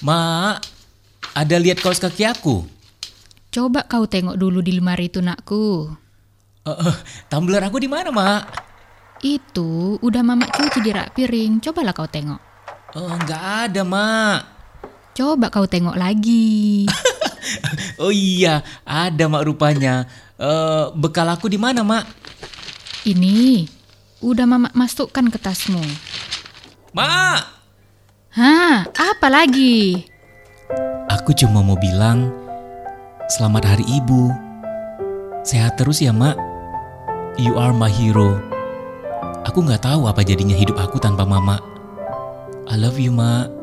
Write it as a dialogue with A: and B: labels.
A: Mak, ada lihat kaos kaki aku.
B: Coba kau tengok dulu di lemari itu, nakku.
A: Eh, eh, tumbler aku di mana, Mak?
B: Itu udah mamak cuci di rak piring. Cobalah kau tengok.
A: Oh, nggak ada, Mak.
B: Coba kau tengok lagi.
A: Oh iya, ada, Mak rupanya. Eh, bekal aku di mana, Mak?
B: Ini udah mamak masukkan ke tasmu.
A: Mak,
B: Hah, apa lagi?
A: aku cuma mau bilang selamat hari Ibu. Sehat terus ya, Mak. You are my hero. Aku nggak tahu apa jadinya hidup aku tanpa Mama. I love you, Mak.